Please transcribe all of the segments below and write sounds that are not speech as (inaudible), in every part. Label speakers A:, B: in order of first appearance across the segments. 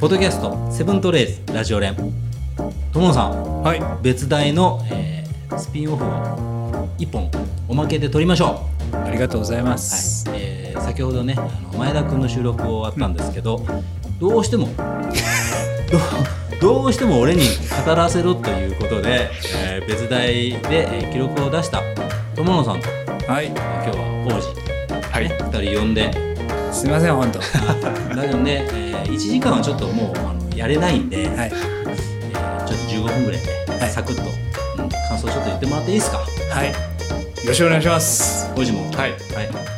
A: ポッドキャストセブントレースラジオ連友野さん
B: はい
A: 別大の、えースピンオフを一本おまけで撮りましょう
B: ありがとうございます、
A: はい、えー先ほどねあの前田君の収録終わったんですけど、どうしても (laughs) どうどうしても俺に語らせろということで、えー別大で、えー記録を出した友野さんと
B: はい
A: 今日は王子、
B: はい
A: ね、2人呼んです
B: いません本当は
A: だけどね、えー1時間はちょっともうあのやれないんで、
B: い
A: えーちょっと15分ぐらいで、
B: はい
A: サクッと、うん感想ちょっと言ってもらっていいですか
B: はいよろしくお願いします
A: 王子も
C: はい
A: はい、よ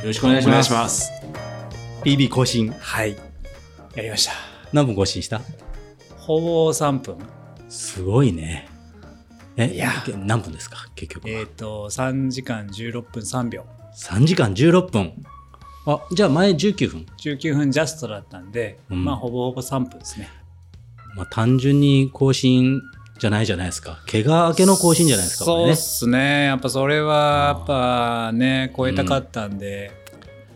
A: ろしくお願いし
C: お願
A: ま
C: い
A: す
C: します。
A: BB 更新
B: はいやりました
A: 何分更新した
B: ほぼ3分
A: すごいね。え、
B: いや
A: 何分ですか結局は。
B: えっ、と3時間16分3秒
A: 3時間16分。あ、じゃあ前19分。
B: 19分ジャストだったんで、
A: うん
B: まあほぼほぼ3分ですね
A: まあ単純に更新じゃないじゃないですか。怪我明けの更新じゃないですか。こ
B: そう
A: れ
B: で
A: ね。
B: すねやっぱそれはやっぱね超えたかったんで、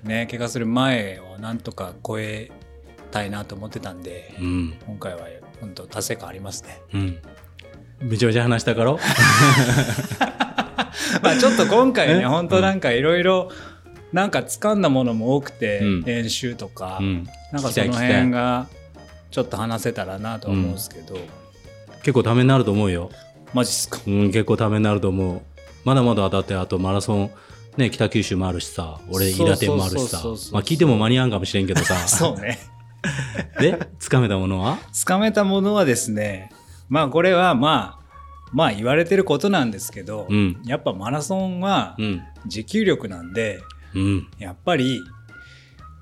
B: ね怪我する前をなんとか超えたいなと思ってたんで、
A: うん。
B: 今回は本当達成感ありますね
A: うん。めちゃめちゃ話したから。
B: (laughs) まあちょっと今回
A: え
B: ね本当なんかいろいろなんか掴んだものも多くて、
A: うん
B: 練習とか、
A: うん。
B: なん
A: 聞き
B: かそ
A: たい
B: の
A: 聞きたい
B: 辺がちょっと話せたらなとは思うんですけど、
A: 結構ためになると思うよ。
B: マジっす
A: (laughs)
B: か
A: うん、結構ためになると思う。まだまだだってあとマラソン、ね、北九州もあるしさ、俺、イラテンもあるしさ
B: そうそうそうそうそう。
A: まあ聞いても間に合うかもしれんけど (laughs) さ。
B: そうね
A: で、掴めたものは
B: 掴めたものはですねまあこれはまあまあ言われてることなんですけど、
A: うん
B: やっぱマラソンは
A: うん。
B: 持久力なんで
A: うん。
B: やっぱり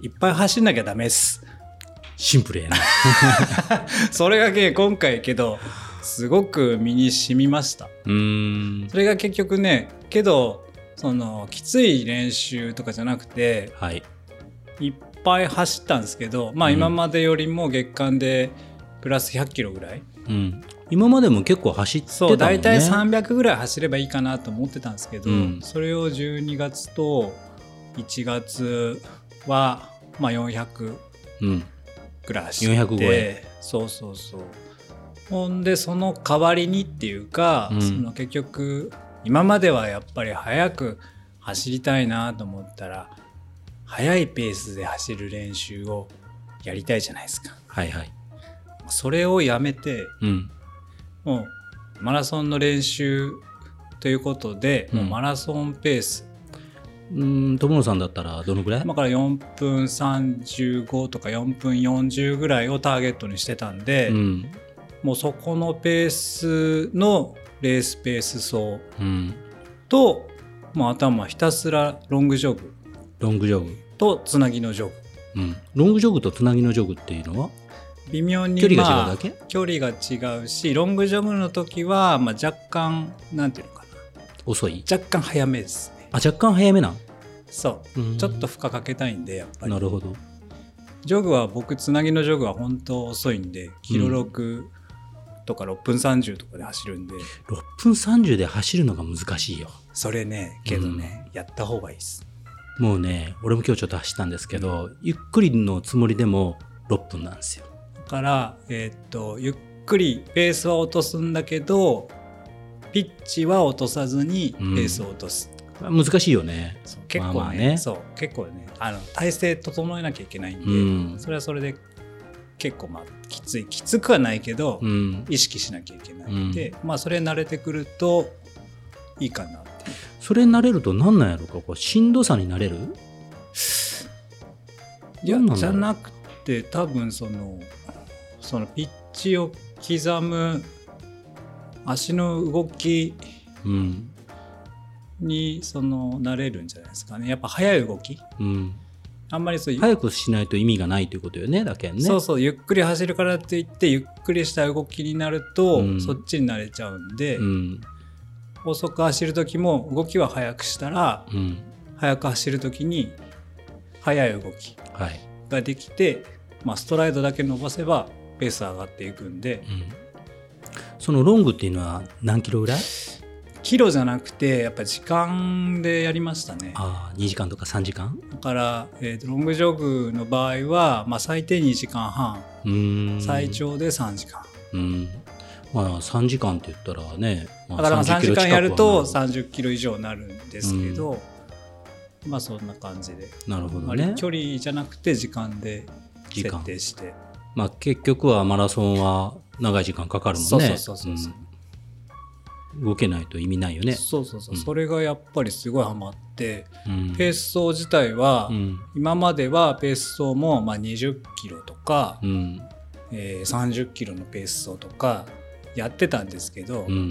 B: いっぱい走んなきゃダメです (laughs)
A: シンプルやな。
B: それがね今回けどすごく身に染みました
A: うーん。
B: それが結局ねけどそのきつい練習とかじゃなくて
A: はい。
B: いっぱい走ったんですけどまあ
A: うん
B: 今までよりも月間でプラス100キロぐらい
A: うん。今までも結構走ってたもん
B: そ
A: ね。
B: う大体300ぐらい走ればいいかなと思ってたんですけど、
A: うん
B: それを12月と1月は、まあ、400
A: うん。
B: ぐらい走
A: 400
B: っ
A: 超え
B: てそうそうそうほんでその代わりにっていうか、
A: うん
B: その結局今まではやっぱり早く走りたいなと思ったら速いペースで走る練習をやりたいじゃないですか
A: はいはい。
B: それをやめて
A: うん。
B: もうマラソンの練習ということで、
A: うん
B: もうマラソンペース
A: うーん、友野さんだったらどのくらい
B: 今から4分35とか4分40ぐらいをターゲットにしてたんで、
A: うん。
B: もうそこのペースのレースペース走
A: うん。
B: ともう頭ひたすらロングジョグ
A: ロングジョグ。
B: とつなぎのジョグ
A: うん。ロングジョグとつなぎのジョグっていうのは
B: 微妙に
A: 距離が違うだけ、
B: 距離が違うしロングジョグの時は、まあ、若干なんていうのかな
A: 遅い
B: 若干早めですね
A: あ、若干早めなん
B: そううんちょっと負荷かけたいんでやっぱり
A: なるほど。
B: ジョグは僕つなぎのジョグは本当遅いんでキロ6とか6分30とかで走るんで、
A: 6分30で走るのが難しいよ。
B: それねけどね、やった方がいいです
A: もうね、俺も今日ちょっと走ったんですけど、ゆっくりのつもりでも6分なんですよ。
B: だから、えーっとゆっくりペースは落とすんだけどピッチは落とさずにペ
A: うん
B: ースを落とす、
A: 難しいよね。
B: そう結構ね,、
A: まあまあね
B: そう結構ねあの体勢整えなきゃいけないんで、
A: うん
B: それはそれで結構まあきついきつくはないけど、
A: うん。
B: 意識しなきゃいけないんで、まあそれ慣れてくるといいかなって
A: それになれると何なんやろうかこうしんどさになれる
B: いや
A: どうなんだ
B: じ
A: ろ
B: ゃ
A: う
B: なくて多分そのそのピッチを刻む足の動き
A: うん。
B: にその慣れるんじゃないですかねやっぱ速い動き
A: うん。
B: あんまりそういう、
A: 早くしないと意味がないということよね、だけんね。
B: そうそうゆっくり走るからって言ってゆっくりした動きになると、
A: うん
B: そっちに慣れちゃうんで、
A: うん。
B: 遅く走る時も動きは速くしたら
A: うん。
B: 速く走る時に速い動き
A: はい。
B: ができて、まあ、ストライドだけ伸ばせばペース上がっていくんで
A: うん。そのロングっていうのは何キロぐらい
B: キロじゃなくてやっぱ時間でやりましたね
A: ああ2時間とか3時間
B: だから、えーとロングジョグの場合は、まあ、最低2時間半
A: うーん
B: 最長で3時間、
A: うんまあ3時間って言ったらね、ま
B: だからまあ
A: 30
B: 3
A: キ
B: 時
A: ロ近
B: 間
A: くは
B: や
A: な
B: ると3 0キロ以上になるんですけど、まあそんな感じで、
A: なるほど
B: 割
A: ね
B: り距離じゃなくて時間で
A: 時間
B: 設定して
A: まあ結局はマラソンは長い時間かかるもんね
B: そうそうそうそうそうん
A: 動けないと意味ないよね
B: そうそうそう、
A: うん
B: それがやっぱりすごいハマって
A: うん
B: ペース走自体は、
A: うん
B: 今まではペース走もまあ20キロとか、
A: うん
B: えー30キロのペース走とかやってたんですけど、
A: うん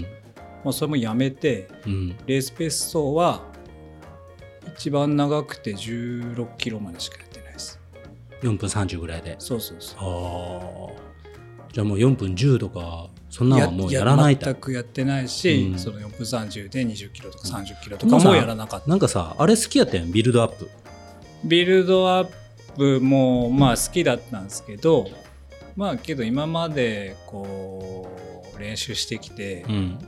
B: もうそれもやめて
A: うん
B: レースペース走は一番長くて16キロまでしかやってないです
A: 4分30ぐらいで
B: そうそうそう
A: ああじゃあもう4分10とかそんなんはもうやらないタイ
B: 全
A: プ
B: くやってないし、
A: うん
B: その4分30で20キロとか30キロと
A: う
B: か
A: ん
B: もやらなかった、
A: なんかさあれ好きやったやんビルドアップ
B: ビルドアップもまあ好きだったんですけどまあけど今までこう練習してきて、
A: うん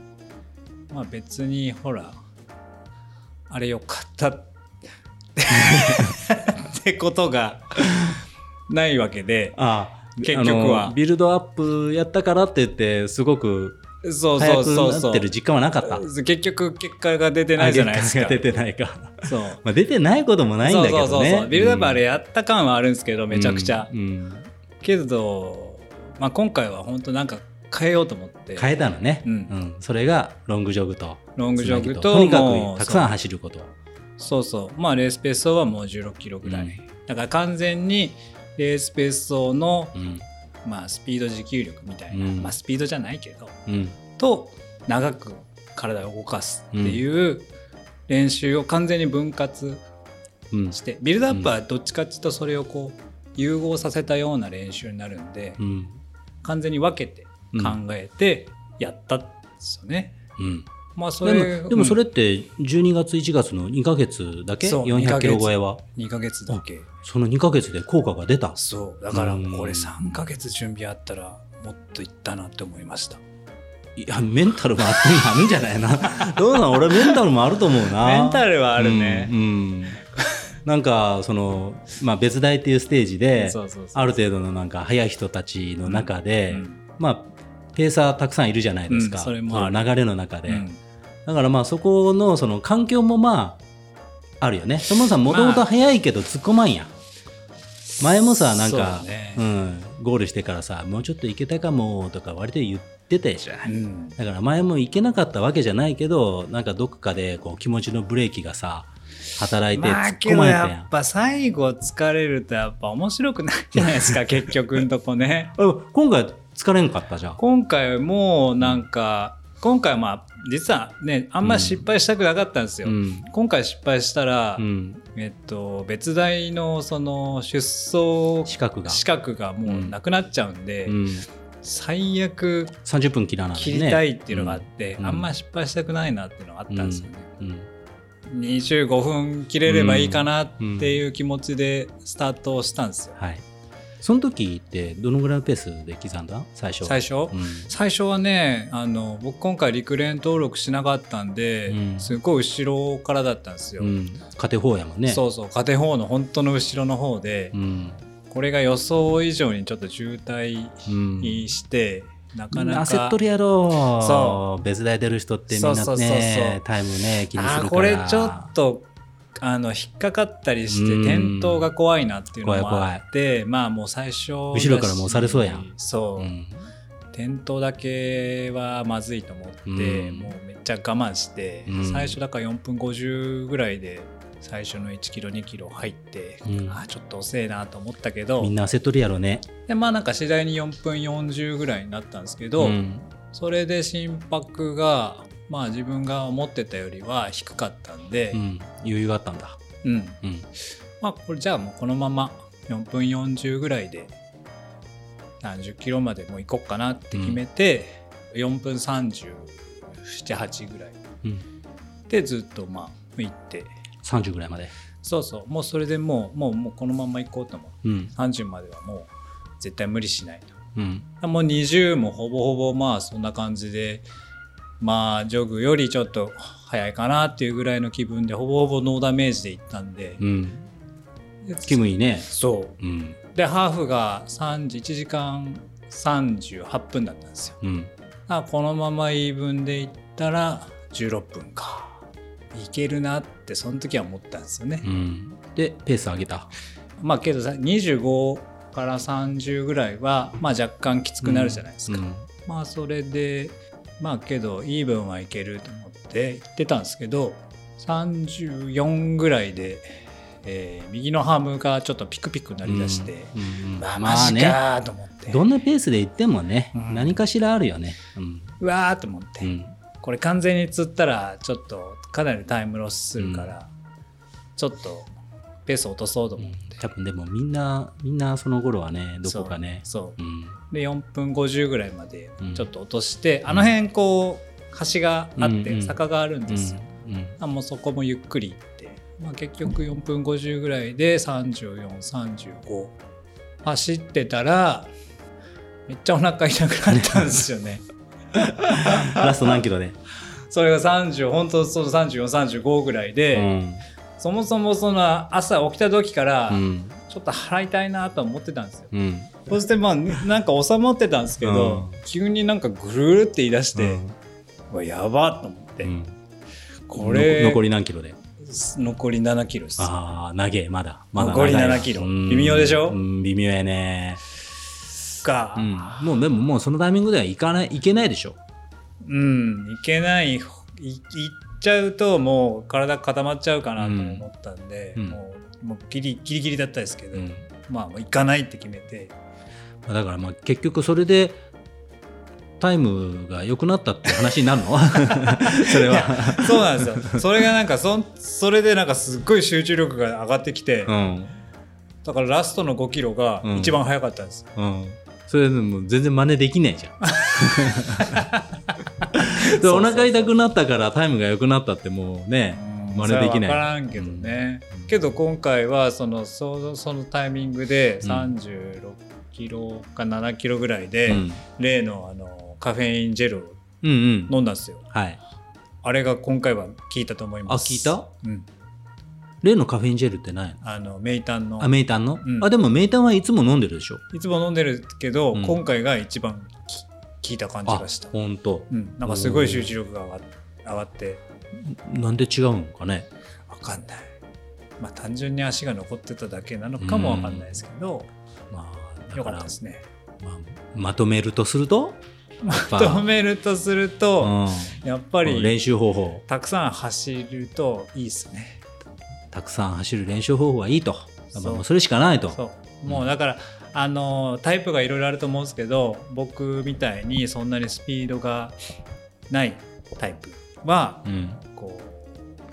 B: まあ別にほらあれよか
A: (laughs)
B: ったっってことがないわけで
A: あ
B: 結局は
A: あのビルドアップやったからって言ってすごく
B: そうそ
A: 早
B: う
A: く
B: そう
A: な
B: そ
A: っ
B: う
A: てる実感はなかった
B: 結局結果が出てないじゃないです
A: あ
B: か
A: 結果が出てないか (laughs)
B: そう
A: まあ出てないこともないんだけどね
B: そうそうそうそうビルドアップあれ
A: うん
B: やった感はあるんですけど、めちゃくちゃ、
A: うんうん
B: けど、まあ、今回は本当なんか変えようと思って
A: 変えたのね、
B: うん
A: うんそれがロングジョグと
B: ロングジョグと
A: とにかく
B: もう
A: たくさん走ること
B: そうそうまあレースペース走はもう1 6キロぐらい、だから完全にレースペース走の、
A: うん
B: まあ、スピード持久力みたいな、
A: うん
B: まあ、スピードじゃないけど
A: うん
B: と長く体を動かすっていう練習を完全に分割
A: うん
B: してビルドアップはどっちかっていうとそれをこう融合させたような練習になるんで、
A: うん
B: 完全に分けて考えてやったんですよね。
A: うん
B: まあそ
A: で
B: れ
A: もでもそれ
B: う
A: って12月1月の2か月だけ
B: そう
A: 400キロ超えは
B: ん2ヶ月だけ
A: その2か月で効果が出た
B: そうだから
A: うん
B: これ3ヶ月準備あったらもっといったなって思いました
A: いやメンタルもあって (laughs) もあるんじゃないなどうなん俺メンタルもあると思うな
B: メンタルはあるね
A: うん、うんなんかその、まあ、別大っていうステージで
B: そうそうそう
A: ある程度のなんか速い人たちの中で、
B: うん
A: まあペーサーたくさんいるじゃないですか、
B: うんそれ
A: ま
B: も
A: あ流れの中で、
B: うん
A: だからまあそこのその環境もまああるよね友野さんもともと速いけど突っ込まんやん、前もさなんか
B: そうね
A: うん、ゴールしてからさもうちょっと行けたかもとか割と言ってたじゃん
B: うん
A: だから前も行けなかったわけじゃないけどなんかどっかでこう気持ちのブレーキがさ働いて
B: ま
A: 突
B: あ
A: っ
B: け
A: 込
B: ど
A: まれたやん、
B: やっぱ最後疲れるとやっぱ面白くないじゃないですか結局んとこね
A: あ今回疲れんかったじゃん
B: 今回もなんか今回はまあ実はねあんま失敗したくなかったんですよ、
A: うん
B: 今回失敗したら、
A: うん
B: えっと、別大のその出走
A: 資格が、
B: 資格がもうなくなっちゃうんで、
A: うん、
B: 最悪
A: 30分切らないね
B: 切りたいっていうのがあって、
A: うん
B: あんま失敗したくないなっていうのがあったんですよね、
A: うん
B: 25分切れればいいかなっていう気持ちでスタートをしたんですよ、
A: はいその時ってどのぐらいのペースで刻んだ最初
B: 最初、
A: う
B: 最初はねあの僕今回陸連登録しなかったんで、
A: うん
B: すごい後ろからだったんですよ、
A: ん、うん、勝て方やもんね
B: そうそう家庭方の本当の後ろの方で、
A: うん、
B: これが予想以上にちょっと渋滞
A: うん、
B: にして、なか
A: みん
B: な
A: な
B: か
A: 焦っとるやろ
B: そ
A: 別大出る人ってみんなね
B: そうそうそうそう
A: タイムね気にするから
B: あーこれちょっとあの引っかかったりして
A: うん
B: 転倒が怖いなっていうのも
A: 怖い怖い
B: あってまあもう最初だし
A: 後ろからもう押されそうやん
B: そう、
A: うん
B: 転倒だけはまずいと思って、
A: うん
B: もうめっちゃ我慢して、
A: うん
B: 最初だから4分50ぐらいで最初の1キロ2キロ入って、
A: うん
B: あーちょっと遅えなと思ったけど
A: みんな焦っとるやろね
B: でまあなんか次第に4分40ぐらいになったんですけど、
A: ん
B: それで心拍がまあ自分が思ってたよりは低かったんで
A: う、ん、余裕があったんだ、
B: うん
A: うん、
B: まあこれじゃあもうこのまま4分40ぐらいで何十キロまでもう行こっかなって決めて、4分378ぐらい
A: うん、
B: でずっとまあ行って
A: 30ぐらいまで、
B: そうそうもうそれでもうもうもうこのまま行こうと思う
A: うん
B: 30まではもう絶対無理しないと
A: うん
B: もう20もほぼほぼまあそんな感じでまあジョグよりちょっと早いかなっていうぐらいの気分でほぼほぼノーダメージで行ったんで、
A: うん、
B: で
A: 気分いいね、
B: そ
A: うん
B: うでハーフが3時1時間38分だったんですよ
A: うん、
B: あこのままイーブンでいったら16分かいけるなってその時は思ったんですよね
A: う、ん、でペース上げた
B: まあけどさ25から30ぐらいは、まあ、若干きつくなるじゃないですか、
A: うん
B: まあそれでまあけどイーブンはいけると思って行ってたんですけど34ぐらいで、えー右のハムがちょっとピクピクなりだして、
A: うんうん
B: まあマ
A: まあ
B: ジ
A: ね
B: かーと思って、
A: どんなペースで行ってもね、
B: うん
A: 何かしらあるよねうん
B: うわーと思って、
A: うん
B: これ完全に釣ったらちょっとかなりタイムロスするから、ちょっとペース落とそうと
A: う
B: 思っ
A: ん
B: て、
A: 多分でもみんなみんなその頃はねどこかね
B: そう
A: う
B: で4分50ぐらいまで
A: うん
B: ちょっと落として、あの辺こう橋があっ
A: うんう
B: て
A: ん
B: 坂があるん
A: ん
B: ですよ、
A: うんうん
B: あもうそこもゆっくり行って、まあ、結局4分50ぐらいで3435走ってたらめっちゃお腹痛くなったんです
A: (laughs)
B: よね
A: ラスト何キロで、
B: それが30本当その3435ぐらいで、そもそもその朝起きた時から
A: うんうん
B: ちょっと払いたいなとは思ってたんですよ、
A: うん
B: そしてまあなんか収まってたんですけど、
A: う
B: 急になんかぐるぐるって言い出して、うわやばっと思って、
A: うん
B: これ
A: の残り何キロで
B: 残り7キロです
A: ああ長えまだまだ
B: 残り
A: 長いわ
B: 7キロ
A: うん
B: 微妙でしょ
A: うん微妙やね
B: か
A: うんもうでももうそのタイミングではいかないいけないでしょ
B: うん、いけないいいっちゃうともう体固まっちゃうかなと思ったんで、
A: うん
B: もうもうギリギリギリだったですけど、
A: うん
B: まあもう行かないって決めて
A: だからまあ結局それでタイムが良くなったって話になる (laughs) のそれは
B: (laughs) そうなんですよそれがなんかそんそれでなんかすっごい集中力が上がってきて、
A: うん
B: だからラストの5キロが
A: うん
B: 一番早かったんです、
A: うんそれでも全然真似できないじゃ (laughs) んでお腹痛くなったからタイムが良くなったってもうね真似でき
B: 分か
A: ない
B: らんけどね、
A: うん
B: けど今回はそのそのそのタイミングで
A: うん
B: 36キロか7キロぐらいで、
A: うん
B: 例のあのカフェインジェルを
A: うんうん
B: 飲んだんですよ
A: はい
B: あれが今回は効いたと思います
A: あ効いた、
B: うん、
A: 例のカフェインジェルってないの
B: あのメイタンの
A: あメイタンの、
B: うん
A: あでもメイタンはいつも飲んでるでしょ
B: いつも飲んでるけど、
A: うん
B: 今回が一番き効いた感じ
A: あ
B: がした、
A: ほんと
B: うん、なんかすごい集中力が上が上がって
A: なんで違うのかね
B: 分かんないまあ単純に足が残ってただけなのかも分かんないですけど、
A: まあだ
B: よ
A: か
B: かっ
A: ら
B: たですね
A: まあ、まとめるとするとま
B: 止めるとすると、
A: うん、
B: やっぱり
A: 練習方法
B: たくさん走るといいですね。
A: たくさん走る練習方法はいいと
B: そう
A: まあもうそれしかないと
B: そうもうだから、あのタイプがいろいろあると思うんですけど僕みたいにそんなにスピードがないタイプは
A: うん
B: こう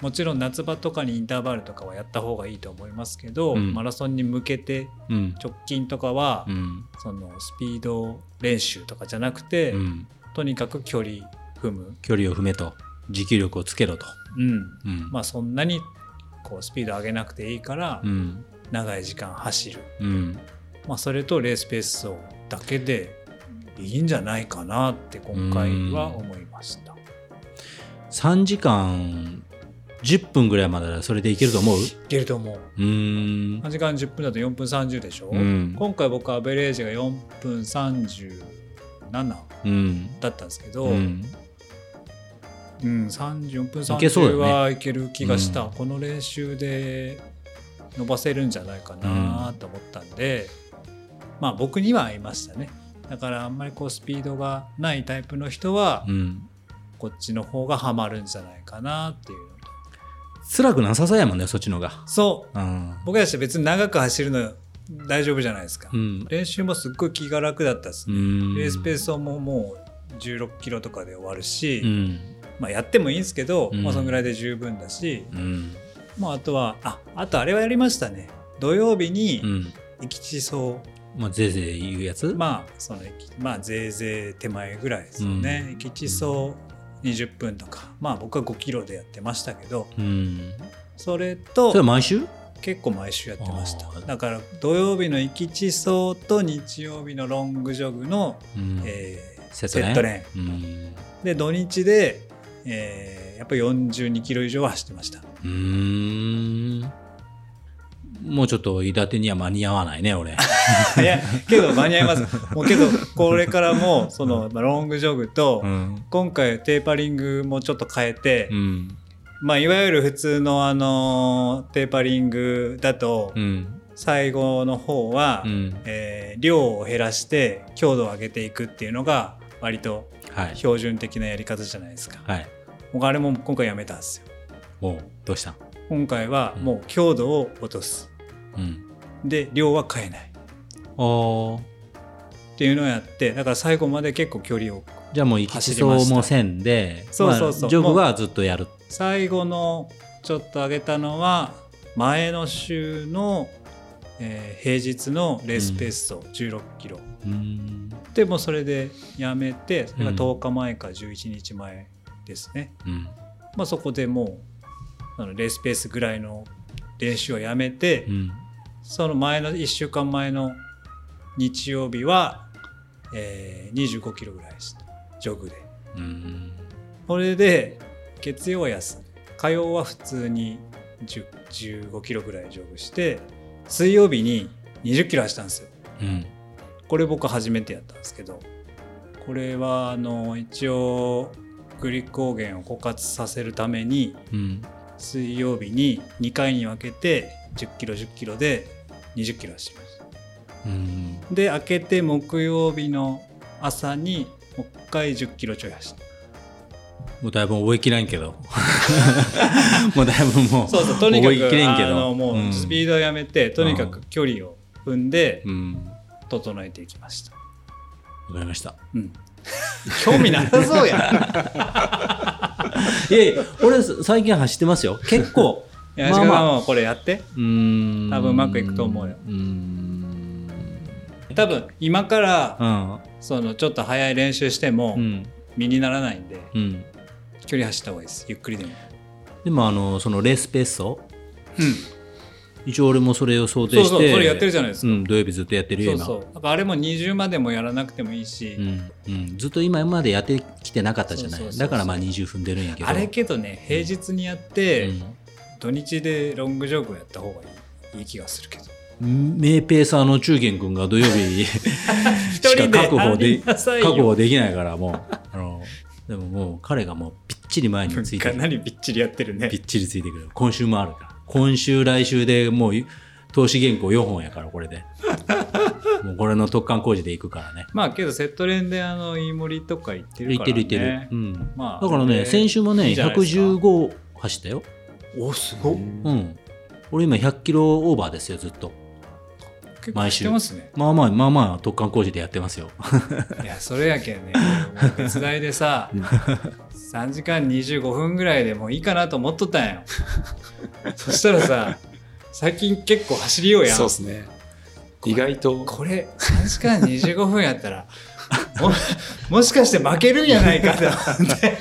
B: もちろん夏場とかにインターバルとかはやった方がいいと思いますけど、
A: うん
B: マラソンに向けて
A: うん
B: 直近とかは、
A: うん
B: そのスピード練習とかじゃなくて、
A: うん
B: とにかく距離踏む、
A: 距離を踏めと持久力をつけろと、
B: うん、
A: うん
B: まあ、そんなにこうスピード上げなくていいから
A: うん
B: 長い時間走る、
A: うん
B: まあ、それとレースペースをだけでいいんじゃないかなって今回は思いました。
A: 3時間10分ぐらいまでならそれでいけると思う
B: いけると思う
A: うーん
B: 3時間10分だと4分30でしょ、
A: うん
B: 今回僕アベレージが4分37
A: うん
B: だったんですけど、
A: う
B: うん
A: ん
B: 34分
A: いけそうだ
B: 30
A: よね
B: はいける気がした、
A: うん
B: この練習で伸ばせるんじゃないかなと思ったんで、まあ僕には合いましたねだからあんまりこうスピードがないタイプの人は
A: うん
B: こっちの方がハマるんじゃないかなっていうのと
A: 辛くなさそうやもんねそっちのが
B: そう
A: うん、
B: 僕たち別に長く走るの大丈夫じゃないですか、
A: うん
B: 練習もすっごい気が楽だったです
A: うん、
B: レースペースをもうもう16キロとかで終わるし、
A: うん
B: まあ、やってもいいんですけど、
A: うん
B: まあ、そのぐらいで十分だし、
A: うん
B: まあ、あとはああとあれはやりましたね土曜日
A: う
B: に
A: ん
B: 行き地層、
A: まあぜいぜい言うやつ、
B: まあその行きまあぜいぜい手前ぐらいですよね、
A: うん
B: 行き地層20分とかまあ僕は5キロでやってましたけど
A: うん
B: それ
A: それは
B: と
A: 毎週
B: 結構毎週やってました
A: あー
B: だから土曜日の行き地層と日曜日のロングジョグの、
A: うん
B: え
A: セ
B: セットレ
A: ーンうん
B: ンで土日で、えーやっぱり42キロ以上は走ってました (laughs)
A: うーんもうちょっと伊達には間に合わないね
B: (laughs)
A: 俺
B: いやけど間に合いますもうけどこれからもその、まあ、ロングジョグと、
A: ん、
B: 今回テーパリングもちょっと変えて、
A: うん
B: まあ、いわゆる普通の、あのーテーパリングだと、
A: うん
B: 最後の方は、
A: うん
B: えー量を減らして強度を上げていくっていうのが割と
A: はい
B: 標準的なやり方じゃないですか。
A: はい
B: 僕あれも今回やめたんですよ。
A: おうどうしたん
B: 今回はもう強度を落とす。
A: うん
B: で量は変えないっ
A: おー
B: ていうのをやってだから最後まで結構距離を
A: じゃあもう行き
B: 走り
A: そ
B: ま
A: う
B: した
A: もせんで
B: そうそうそう
A: まあジョブはずっとやる
B: 最後のちょっと上げたのは前の週の、えー平日のレースペースと1 6キロ、
A: うーん
B: でもうそれでやめてそれが10日前か11日前ですね、
A: うん
B: まあ、そこでもうあのレースペースぐらいの練習をやめて、
A: うん
B: その前の1週間前の日曜日は、え2 5キロぐらいですジョグで
A: うん
B: これで月曜は休む火曜は普通に10 15キロぐらいジョグして水曜日に20キロ走ったんですよ
A: うん
B: これ僕初めてやったんですけどこれはあの一応グリコーゲンを枯渇させるために
A: うん
B: 水曜日に2回に分けて10キロ10キロで20キロ走りました
A: うん
B: で明けて木曜日の朝にもう一回10キロちょい走った
A: もうだいぶ覚えきらんけ
B: (laughs)
A: どもうだいぶもう
B: そうそうとにか
A: 覚えき
B: く
A: れんけ
B: あ
A: ど
B: のもううスピードをやめて、とにかく距離を踏んで
A: うん
B: 整えていきました、
A: わかりました
B: うん、興味なさそうや
A: (laughs) いやいや俺最近走ってますよ結構
B: いや
A: まあ
B: まあ
A: ま
B: ま
A: あ
B: あこれやって
A: うーん
B: 多分うまくいくと思うよ
A: うーん
B: 多分今から
A: うん
B: そのちょっと早い練習しても
A: うん
B: 身にならないんで、
A: うん
B: 距離走った方がいいですゆっくりでも、
A: でもあのそのレースペースを
B: うん、
A: 一応俺もそれを想定
B: そ
A: し
B: う
A: て
B: そうそれやってるじゃないですか、
A: うん、土曜日ずっとやってるよ
B: そう
A: 今
B: そううだからあれも20までもやらなくてもいいし、
A: んうん、ずっと今までやってきてなかったじゃない
B: そうそうそうそ
A: だ
B: う
A: からまあ20分出るんやけど
B: あれけどね平日にやって、
A: うん
B: 土日でロングジョグをやった方がいいいい気がするけど
A: 名ペーサーの中堅君が土曜
B: (laughs)
A: 日し
B: 一人
A: か
B: で
A: 確保で
B: 歩きなさいよ
A: 確保できないからもうあのでももう彼がもうぴっちり前について
B: か
A: る
B: なりびっちりやってるね
A: ぴっちりついてくる今週もあるから今週来週でもう投資原稿4本やからこれ
B: (laughs)
A: でもうこれの特貫工事で行くからね
B: まあけどセット連であの飯盛りとか行ってる
A: 行
B: か
A: っ
B: ら、ね、
A: てる行ってる、うん
B: まあ
A: だからね
B: で
A: 先週も
B: い
A: ね
B: いじゃないですか
A: 115走ったよ
B: おすごっ
A: うん俺今100キロオーバーですよずっと
B: 結構
A: 毎
B: 知っ
A: 週
B: てますね
A: まあまあまあまあ特貫工事でやってますよ
B: いやそれやけんねもう別大でさ3時間25分ぐらいでもういいかなと思っとったんよそしたらさ最近結構走りようやん
C: そうですね。意外と。
B: これ3時間25分やったら (laughs) ももしかして負けるんじゃないかと思って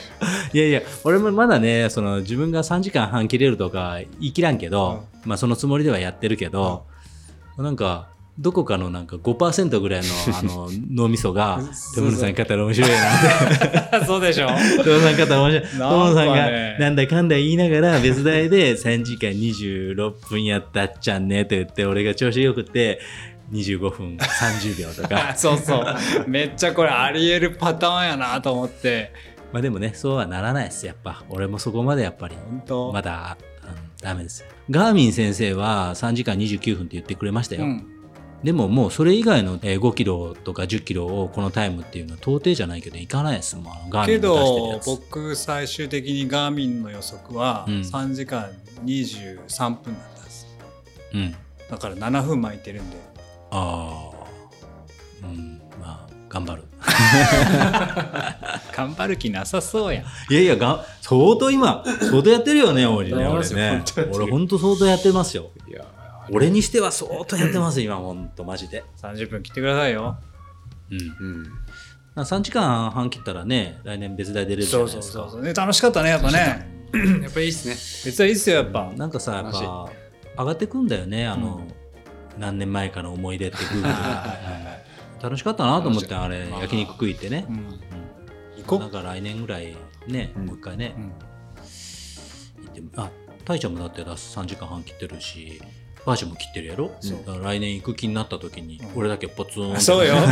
A: いやいや俺もまだねその自分が3時間半切れるとか言い切らんけど、まあそのつもりではやってるけど、なんかどこかのなんか5%ぐらいのあの脳みそ
C: (laughs)
A: が「友野さん方面白いな」って
B: そうでしょ
A: (laughs) 「友野さん方面白い」「友野さん
B: なんか
A: が
B: ね
A: なんだかんだ言いながら別台で3時 (laughs) 間26分やったっちゃんね」って言って俺が調子よくて25分30秒とか (laughs)
B: (laughs) そうそうめっちゃこれありえるパターンやなと思って
A: まあでもねそうはならないですやっぱ俺もそこまでやっぱり
B: 本当
A: まだ、うん、ダメですよ。ガーミン先生は3時間29分って言ってくれましたよ。
B: うん、
A: でももうそれ以外のえー5キロとか10キロをこのタイムっていうのは到底じゃないけどいかないですもん。あのガーミ
B: け
A: ンの出してるや
B: ど
A: つ。
B: 僕最終的にガーミンの予測は
A: うん
B: 3時間23分だったんです、
A: うん。
B: だから7分巻いてるんで
A: ああ。うん。まあ、頑張る。
B: 頑張る気なさそうや
A: いやいや、が相当今、相当やってるよね、王子ね。
C: やってま
A: 俺
C: すよ
A: ね
C: 本当やって。る
A: 俺ほんと相当やってますよ。
C: いや
A: 俺にしては相当やってます、今ほんと、マジで。
B: 30分切ってくださいよ
A: うん。
C: うん。
A: まあ3時間半切ったらね、来年別大出れるじゃ
B: そ
A: ないうです
B: そ
A: か。
B: うそうそう、ね、楽しかったねやっぱね
C: やっぱりいいっすね。
B: 別はいいっすよやっぱ、
A: なんかさやっ
C: 話
A: ぱ上がってくんだよねあの、何年前かの思い出ってグーグルとかやっ楽しかったなと思って
B: 楽し
A: あれ焼肉食いってね
B: う、ん、
A: うん、
B: 行こう
A: なんか来年ぐらいね、
C: うん
A: もう一回ね、
B: うん
A: 行ってあタイちゃんもだってラス3時間半切ってるしバージョンも切ってるやろ
C: そう
A: だから来年行く気になった時に
B: うん
A: 俺だけポツンって、
B: そう
A: (laughs)
B: よ
A: もう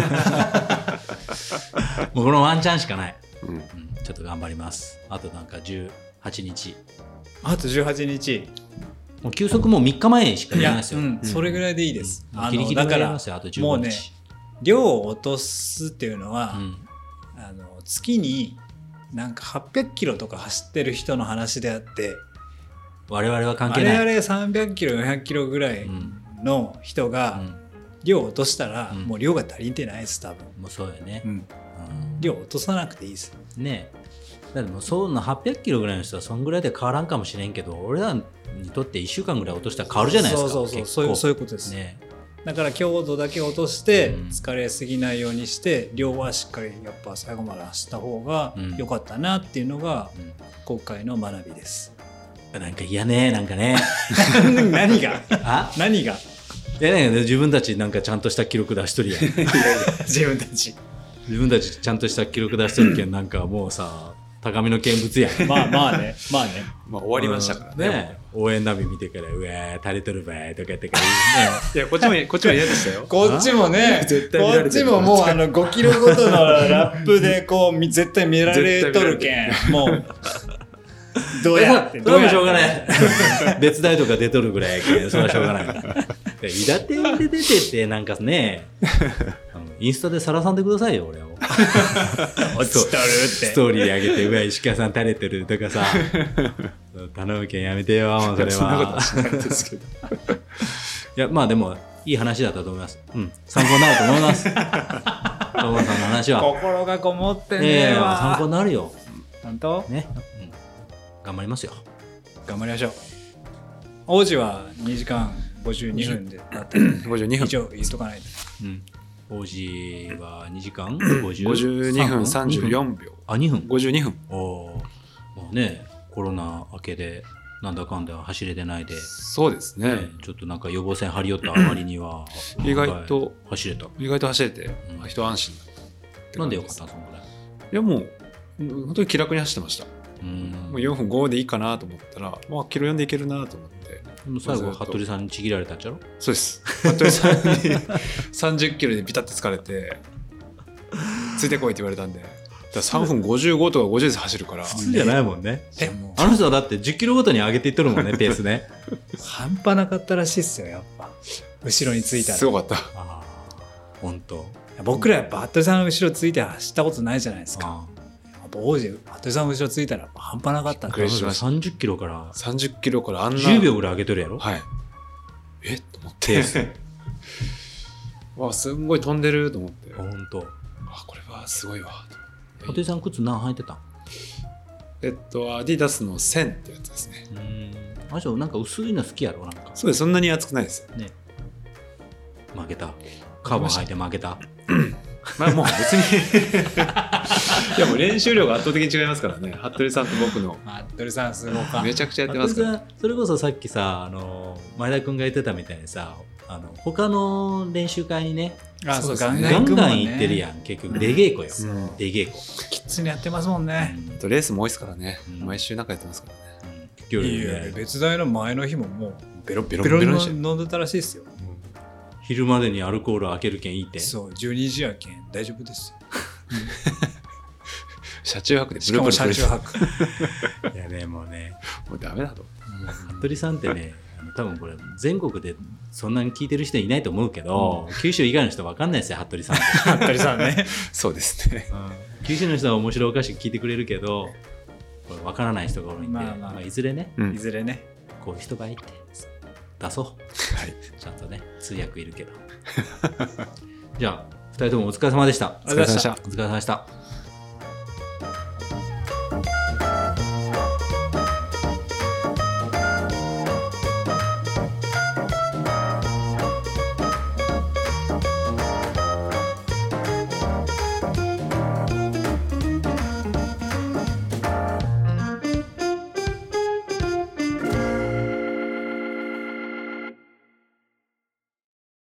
A: このワンチャンしかない、
C: うん
A: うん、ちょっと頑張りますあとなんか18日
B: (laughs) あと18日
A: もう休息もう3日前しか
B: い
A: いない
B: や
A: で、す
B: う
A: よ、
B: ん、それぐらいでいいです、あ
A: ギリ
B: の
A: ギリ
B: だ
A: でや
B: か
A: りま
B: ら
A: すよあと15日
B: もうね量を落とすっていうのは、
A: うん
B: あの月になんか800キロとか走ってる人の話であって
A: 我々は関
B: あ
A: 係
B: れ
A: ない
B: あれ300キロ400キロぐらい
A: うん
B: の人
A: う
B: が
A: ん
B: 量を落としたら、
A: うん
B: もう量が足りてないです多分、
A: もうそうよね
B: う、ん、
A: うん
B: 量を落とさなくていいです
A: ねえだってもうそんな800キロぐらいの人はそんぐらいで変わらんかもしれんけど俺らにとって1週間ぐらい落としたら変わるじゃないですか
B: そうそうそう
A: 結
B: そういう
A: 構
B: そういうことです、
A: ね
B: だから強度だけ落として
A: うん
B: 疲れすぎないようにして量はしっかりやっぱ最後まで走った方が良かったなっていうのが
A: え、
B: 今回の学びです。 (laughs)
A: うんなんか嫌ねなんかね
B: 何が (laughs)
A: あ
B: 何が
A: いやなんか自分たちなんかちゃんとした記録出しと
C: (laughs)
A: るやん
B: 自分たち。
A: 自分たちちゃんとした記録出しとるけんなんかもうさ高みの見物
C: (laughs)
A: やん終
B: まあまあねまあね。
C: まあ終わりましたからね。
A: 応援ナビ見てから「うわー足りとるばい」とかやってからね
C: (laughs) いや、こっちも、こっちも嫌でしたよ。
B: こっちもね
C: 絶対見られてる
B: こっちももうあの5キロごとのラップでこうみ絶対見られとるけんもうどうやって
A: それはもうしょう
B: ど
A: が
B: や
A: な
B: って
A: い (laughs) 別台とか出とるぐらいやけどそれはしょうがない
C: (laughs)
A: で伊達で出てってなんかね
C: (laughs)
A: あのインスタでさらさんでくださいよ俺を
B: 落ちとる
A: ス
B: って。
A: トーリーで上げて「うわ石川さん垂れてる」とか
C: (laughs)
A: さ頼むけんやめてよもうそれ
C: そんなこと
A: は
C: はしないですけど。
A: (laughs) いやまあでもいい話だったと思いますうん参考になると思います友野さんの話は
B: 心がこもって
A: え
B: ね
A: え
B: え
A: 参考
B: わ。
A: になるよ
B: 本当
A: ね、うん、頑張りますよ
B: 頑張りましょう。王子は2時間52分でだったので
C: 52
B: 以
C: 分。
B: 上言っとかないと。
A: うん王子は2時間 50?
C: 52分34秒。
A: あ2分
C: 52分。
A: おおもうねコロナ明けでなんだかんだ走れてないで、
C: そうです
A: ね
C: ね。
A: ちょっとなんか予防線張り寄ったあまりには
C: 意外と
A: 走れた
C: 意外と走れて
A: う、ん
C: 一安心だ
A: なんでよかったのそのぐらい
C: いや、もう、うん本当に気楽に走ってました。
A: うーん
C: もう4分5でいいかなと思ったら、まあ、キロ4でいけるなと思って。
A: でも最後は服部さんにちぎられたんちゃろ
C: そうです。服部さんに30キロでビタッて疲れて、ついてこいって言われたんで。だから3分55とか50で走るから。
B: 通じゃない
A: もんね
B: でも
A: あの人はだって1 0キロごとに上げていっとるもんねペースね
B: 半端なかったらしいっすよやっぱ後ろについた
C: す
B: ら
C: ごかっ
A: (laughs)
C: た。
A: ああ本当
B: 僕らやっぱ服部さんの後ろついて走ったことないじゃないですか
A: あ
B: やっぱ王子服部さんの後ろついたらやっぱ半端なかったん
A: あ
B: だ
C: びっくりしました
A: 3 0キロから
C: 30キロからあんな。
A: 10秒ぐらい上げとるやろ
C: はい。えっと思って。 (laughs) わあ、すんごい飛んでると思って。
A: 本当
C: あ、これはすごいわ。
A: 服部さん靴何履いてたん
C: えっと、アディダスの1000ってやつですね。
A: うーんあじゃあなんか薄いの好きやろなんか
C: そうです、そんなに熱くないです。
A: 負けたカーボン履いて負けた
C: まあもう別に (laughs) いやもう練習量が圧倒的に違いますからね服部さんと僕の
B: 服部さんすごか
C: めちゃくちゃやってますから
A: あとさそれこそさっきさあの前田君が言ってたみたいにさあの他の練習会にね
B: あそうガンガ
A: ガン
B: ン行くもんね
A: ガン行ってるやん結局出稽古よ
C: うん
A: 出稽古
B: きっちりやってますもんね
A: うん
C: あとレースも多いですからね、
A: うん
C: 毎週なんかやってますからね
A: いや
B: い
A: いや
B: やい
A: い
B: や
A: や
B: 別大の前の日ももう
C: ベロベ
B: ペロリ
C: に
B: の
C: してる
B: 飲んでたらしいですよ
A: 昼までにアルコール開けるけんいいって
B: そう12時やけん大丈夫ですよ
C: 車中泊で
B: し
C: ブ
B: か
C: ルブ
B: も
C: ル
B: 車中泊
A: いやねもうね
C: もうダメだと
A: 服部さんってねあの多分これ全国でそんなに聞いてる人いないと思うけど、九州以外の人分かんないですよ服部さんって、
B: 服部さんね
C: そうですね
A: 九州の人は面白おかしく聞いてくれるけどこれ分からない人が多いんで、
B: まあまあ
A: いずれね
C: うん
B: いずれね
A: こういう人がいて出そう
C: はい
A: ちゃんとね通訳いるけどじゃあ2人ともお疲れ様でした
B: ありがとうございました
A: お疲れ様でした